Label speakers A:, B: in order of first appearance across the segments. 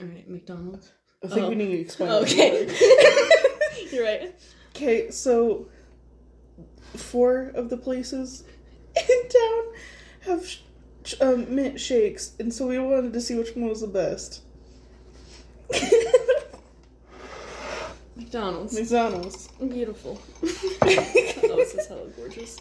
A: All right, McDonald's.
B: I think
A: Oh.
B: we need to explain.
A: Oh, okay.
B: that.
A: You're right.
B: Okay, so four of the places in town have sh- sh- um, mint shakes, and so we wanted to see which one was the best.
A: McDonald's.
B: McDonald's.
A: Beautiful. oh, this is
B: okay,
A: hella gorgeous.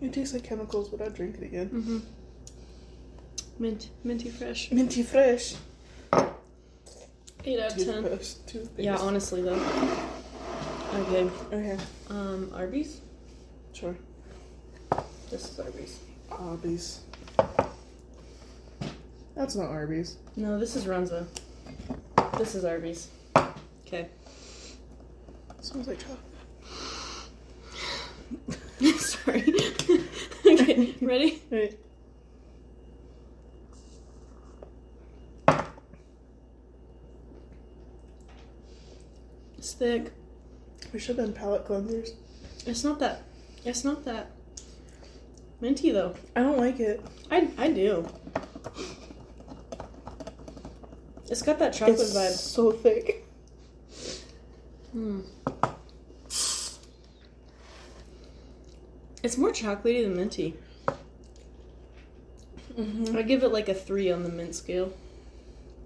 B: it tastes like chemicals, but I'd drink it again.
A: Mm-hmm. Mint, minty fresh.
B: Minty fresh.
A: Eight out of ten.
B: Toothpaste. Toothpaste.
A: Yeah, honestly though. Okay.
B: okay,
A: Um, Arby's.
B: sure.
A: This is Arby's.
B: Arby's. That's not Arby's.
A: No, this is Runza. This is Arby's. Okay.
B: smells like chocolate.
A: Sorry. okay, ready?
B: Right.
A: It's thick.
B: We should have done palate cleansers.
A: It's not that. It's not that. Minty though.
B: I don't like it.
A: I I do. It's got that chocolate
B: it's
A: vibe.
B: so thick.
A: Hmm. It's more chocolatey than minty.
B: Mm-hmm.
A: I give it like a three on the mint scale.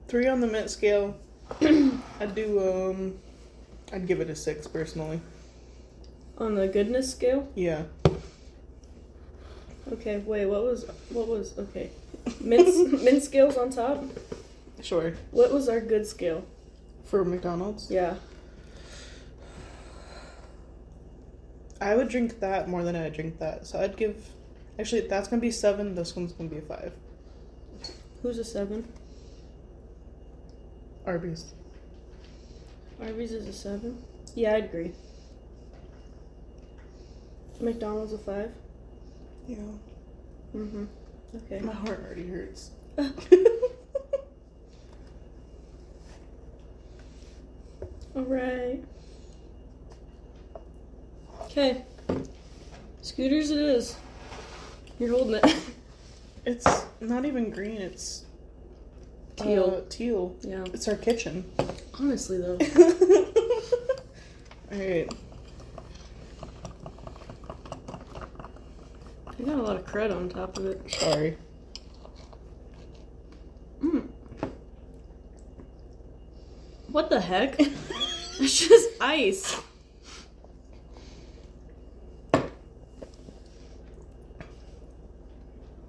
B: Three on the mint scale. I'd do um I'd give it a six personally.
A: On the goodness scale?
B: Yeah.
A: Okay, wait, what was what was okay. Mint mint scales on top?
B: Sure.
A: What was our good scale?
B: For McDonald's.
A: Yeah.
B: I would drink that more than I would drink that. So I'd give actually that's gonna be seven, this one's gonna be a five.
A: Who's a seven?
B: Arby's.
A: Arby's is a seven? Yeah, I'd agree. McDonald's a five?
B: Yeah.
A: Mm-hmm. Okay.
B: My heart already hurts.
A: Alright. Okay. Scooters it is. You're holding it.
B: It's not even green, it's uh,
A: Teal.
B: teal.
A: yeah.
B: It's our kitchen.
A: Honestly though.
B: Alright.
A: I got a lot of crud on top of it.
B: Sorry.
A: Mm. What the heck? it's just ice.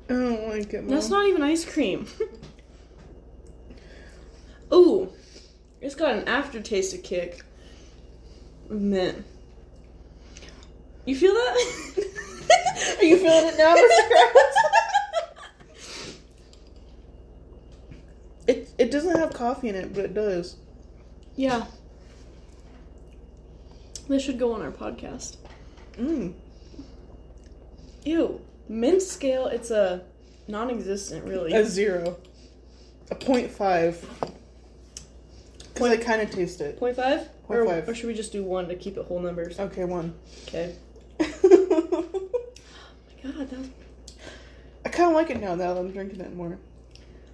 B: I don't like it. Mom.
A: That's not even ice cream. Ooh, it's got an aftertaste of kick. Mint. You feel that?
B: Are you feeling it now, Mr.
A: Krabs?
B: It it doesn't have coffee in it, but it does.
A: yeah. This should go on our podcast.
B: Mm.
A: Ew. Mint scale, it's a non existent, really.
B: A zero. A point five. Because I kind of taste it.
A: Point five?
B: Point
A: or,
B: five.
A: or should we just do one to keep it whole numbers?
B: Okay, one.
A: Okay.
B: I
A: God, that was,
B: kind of like it now that I'm drinking it more.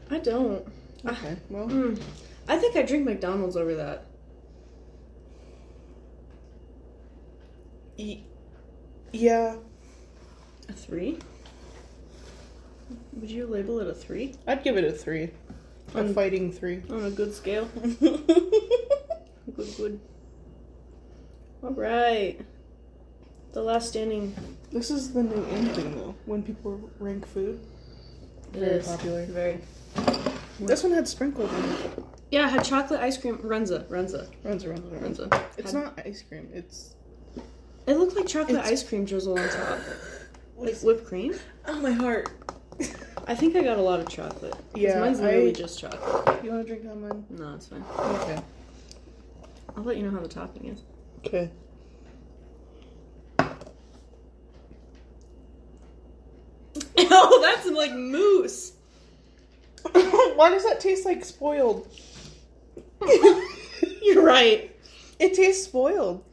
A: I don't.
B: Okay, well,
A: Mm. I think I drink McDonald's over that.
B: y- yeah,
A: A three? Would you label it a three?
B: I'd give it a three. A
A: On,
B: fighting three.
A: on a good scale? Good, good. Alright. The last standing.
B: this is the new in thing though. When people rank food, very
A: is
B: popular.
A: Very.
B: This one had sprinkled in it.
A: Yeah, I had chocolate ice cream. Runza. Runza.
B: Runs, runs, runs.
A: Runza.
B: It's not ice cream. It's
A: It looked like chocolate
B: It's-
A: ice cream drizzle on top. Like whipped cream?
B: oh my heart.
A: I think I got a lot of chocolate. 'Cause
B: Yeah,
A: Mine's
B: I-
A: literally just chocolate.
B: You want to drink that one?
A: No, it's fine.
B: Okay.
A: I'll let you know how the topping is.
B: Okay.
A: oh, that's like mousse.
B: Why does that taste like spoiled?
A: You're right.
B: It tastes spoiled.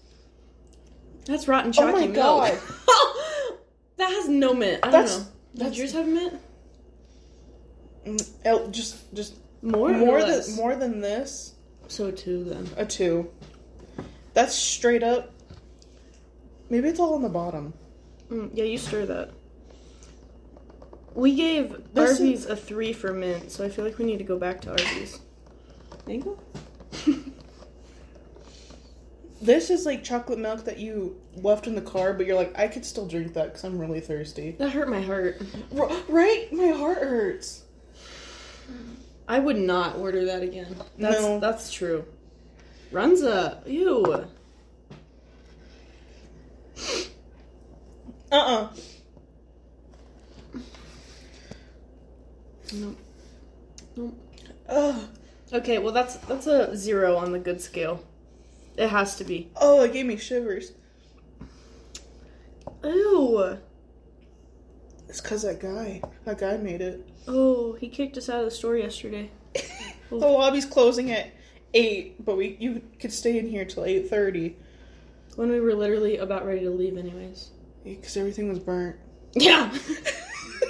A: That's rotten
B: Oh my
A: chocolate milk.
B: God.
A: That has no mint. I
B: That's-
A: don't know.
B: that's-
A: Did yours have mint?
B: Mm, el- just just
A: More? or
B: more
A: less?
B: than more than this.
A: So two then.
B: A two. That's straight up. Maybe it's all on the bottom.
A: Mm, yeah, you stir that. We gave
B: This is-
A: Arby's a three for mint, so I feel like we need to go back to Arby's.
C: Mango?
B: This is like chocolate milk that you left in the car, but you're like, I could still drink that because I'm really thirsty.
A: That hurt my heart.
B: R- right? My heart hurts.
A: I would not order that again. That's,
B: No.
A: That's true. Runza. Ew.
B: Uh uh
A: Nope.
B: Ugh.
A: Okay, well that's that's a zero on the good scale. It has to be.
B: Oh, it gave me shivers.
A: Ew.
B: It's because that guy. That guy made it.
A: Oh, he kicked us out of the store yesterday.
B: the lobby's closing at eight, but we you could stay in here till eight thirty
A: When we were literally about ready to leave anyways.
B: because everything was burnt.
A: Yeah.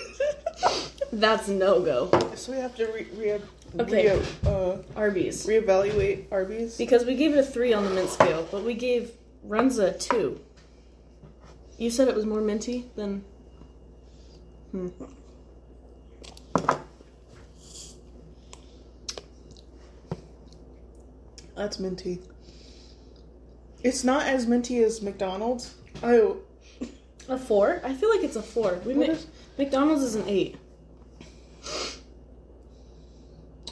A: That's no go.
B: so we have to re, re-
A: Okay.
B: re- uh,
A: Arby's.
B: reevaluate Arby's.
A: Because we gave it a three on the mint scale, but we gave Runza a two. You said it was more minty than. Hmm.
B: That's minty. It's not as minty as McDonald's. Oh,
A: A four? I feel like it's a four. We
B: What
A: ma-
B: is-
A: McDonald's is an eight.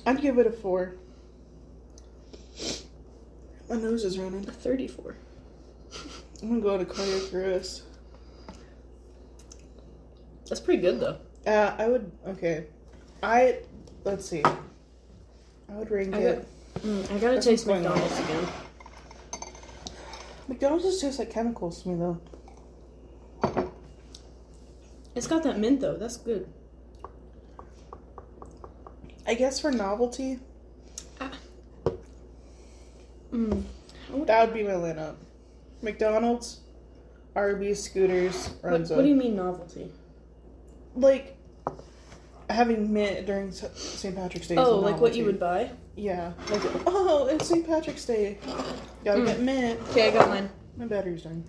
B: I'd give it a four. My nose is running.
A: A 34.
B: I'm gonna go to cardiac arrest.
A: That's pretty good though.
B: Uh, I would. Okay, I let's see. I would rank
A: I
B: it.
A: got- Mm, I gotta
B: That's
A: taste
B: what's going on.
A: McDonald's again.
B: McDonald's just tastes like chemicals to me, though.
A: It's got that mint though. That's good.
B: I guess for novelty,
A: Ah. Mm.
B: that would be my lineup: McDonald's, Arby's, Scooters,
A: What,
B: Runza.
A: what do you mean novelty?
B: like having mint during S- St. Patrick's Day? is
A: Oh,
B: a
A: like what you
B: novelty.
A: would buy?
B: Yeah. Like oh, it's St. Patrick's Day. Gotta
A: Mm.
B: get mint.
A: Okay, I got mine.
B: My battery's dying.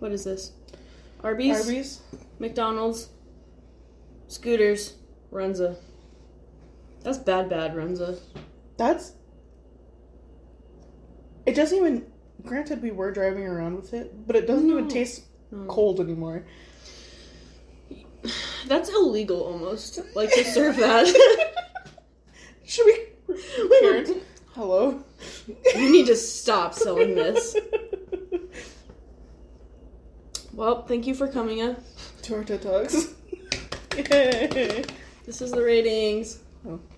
A: What is this? Arby's,
B: Arby's.
A: McDonald's, Scooters, Runza. That's bad, bad Runza.
B: That's. It doesn't even. Granted, we were driving around with it, but it doesn't even
A: No.
B: taste
A: No.
B: cold anymore.
A: That's illegal almost. Like to serve that.
B: Should we? Karen, hello.
A: you need to stop selling this. Well, thank you for coming. Uh.
B: Torta talks. Yay.
A: This is the ratings.
B: Oh.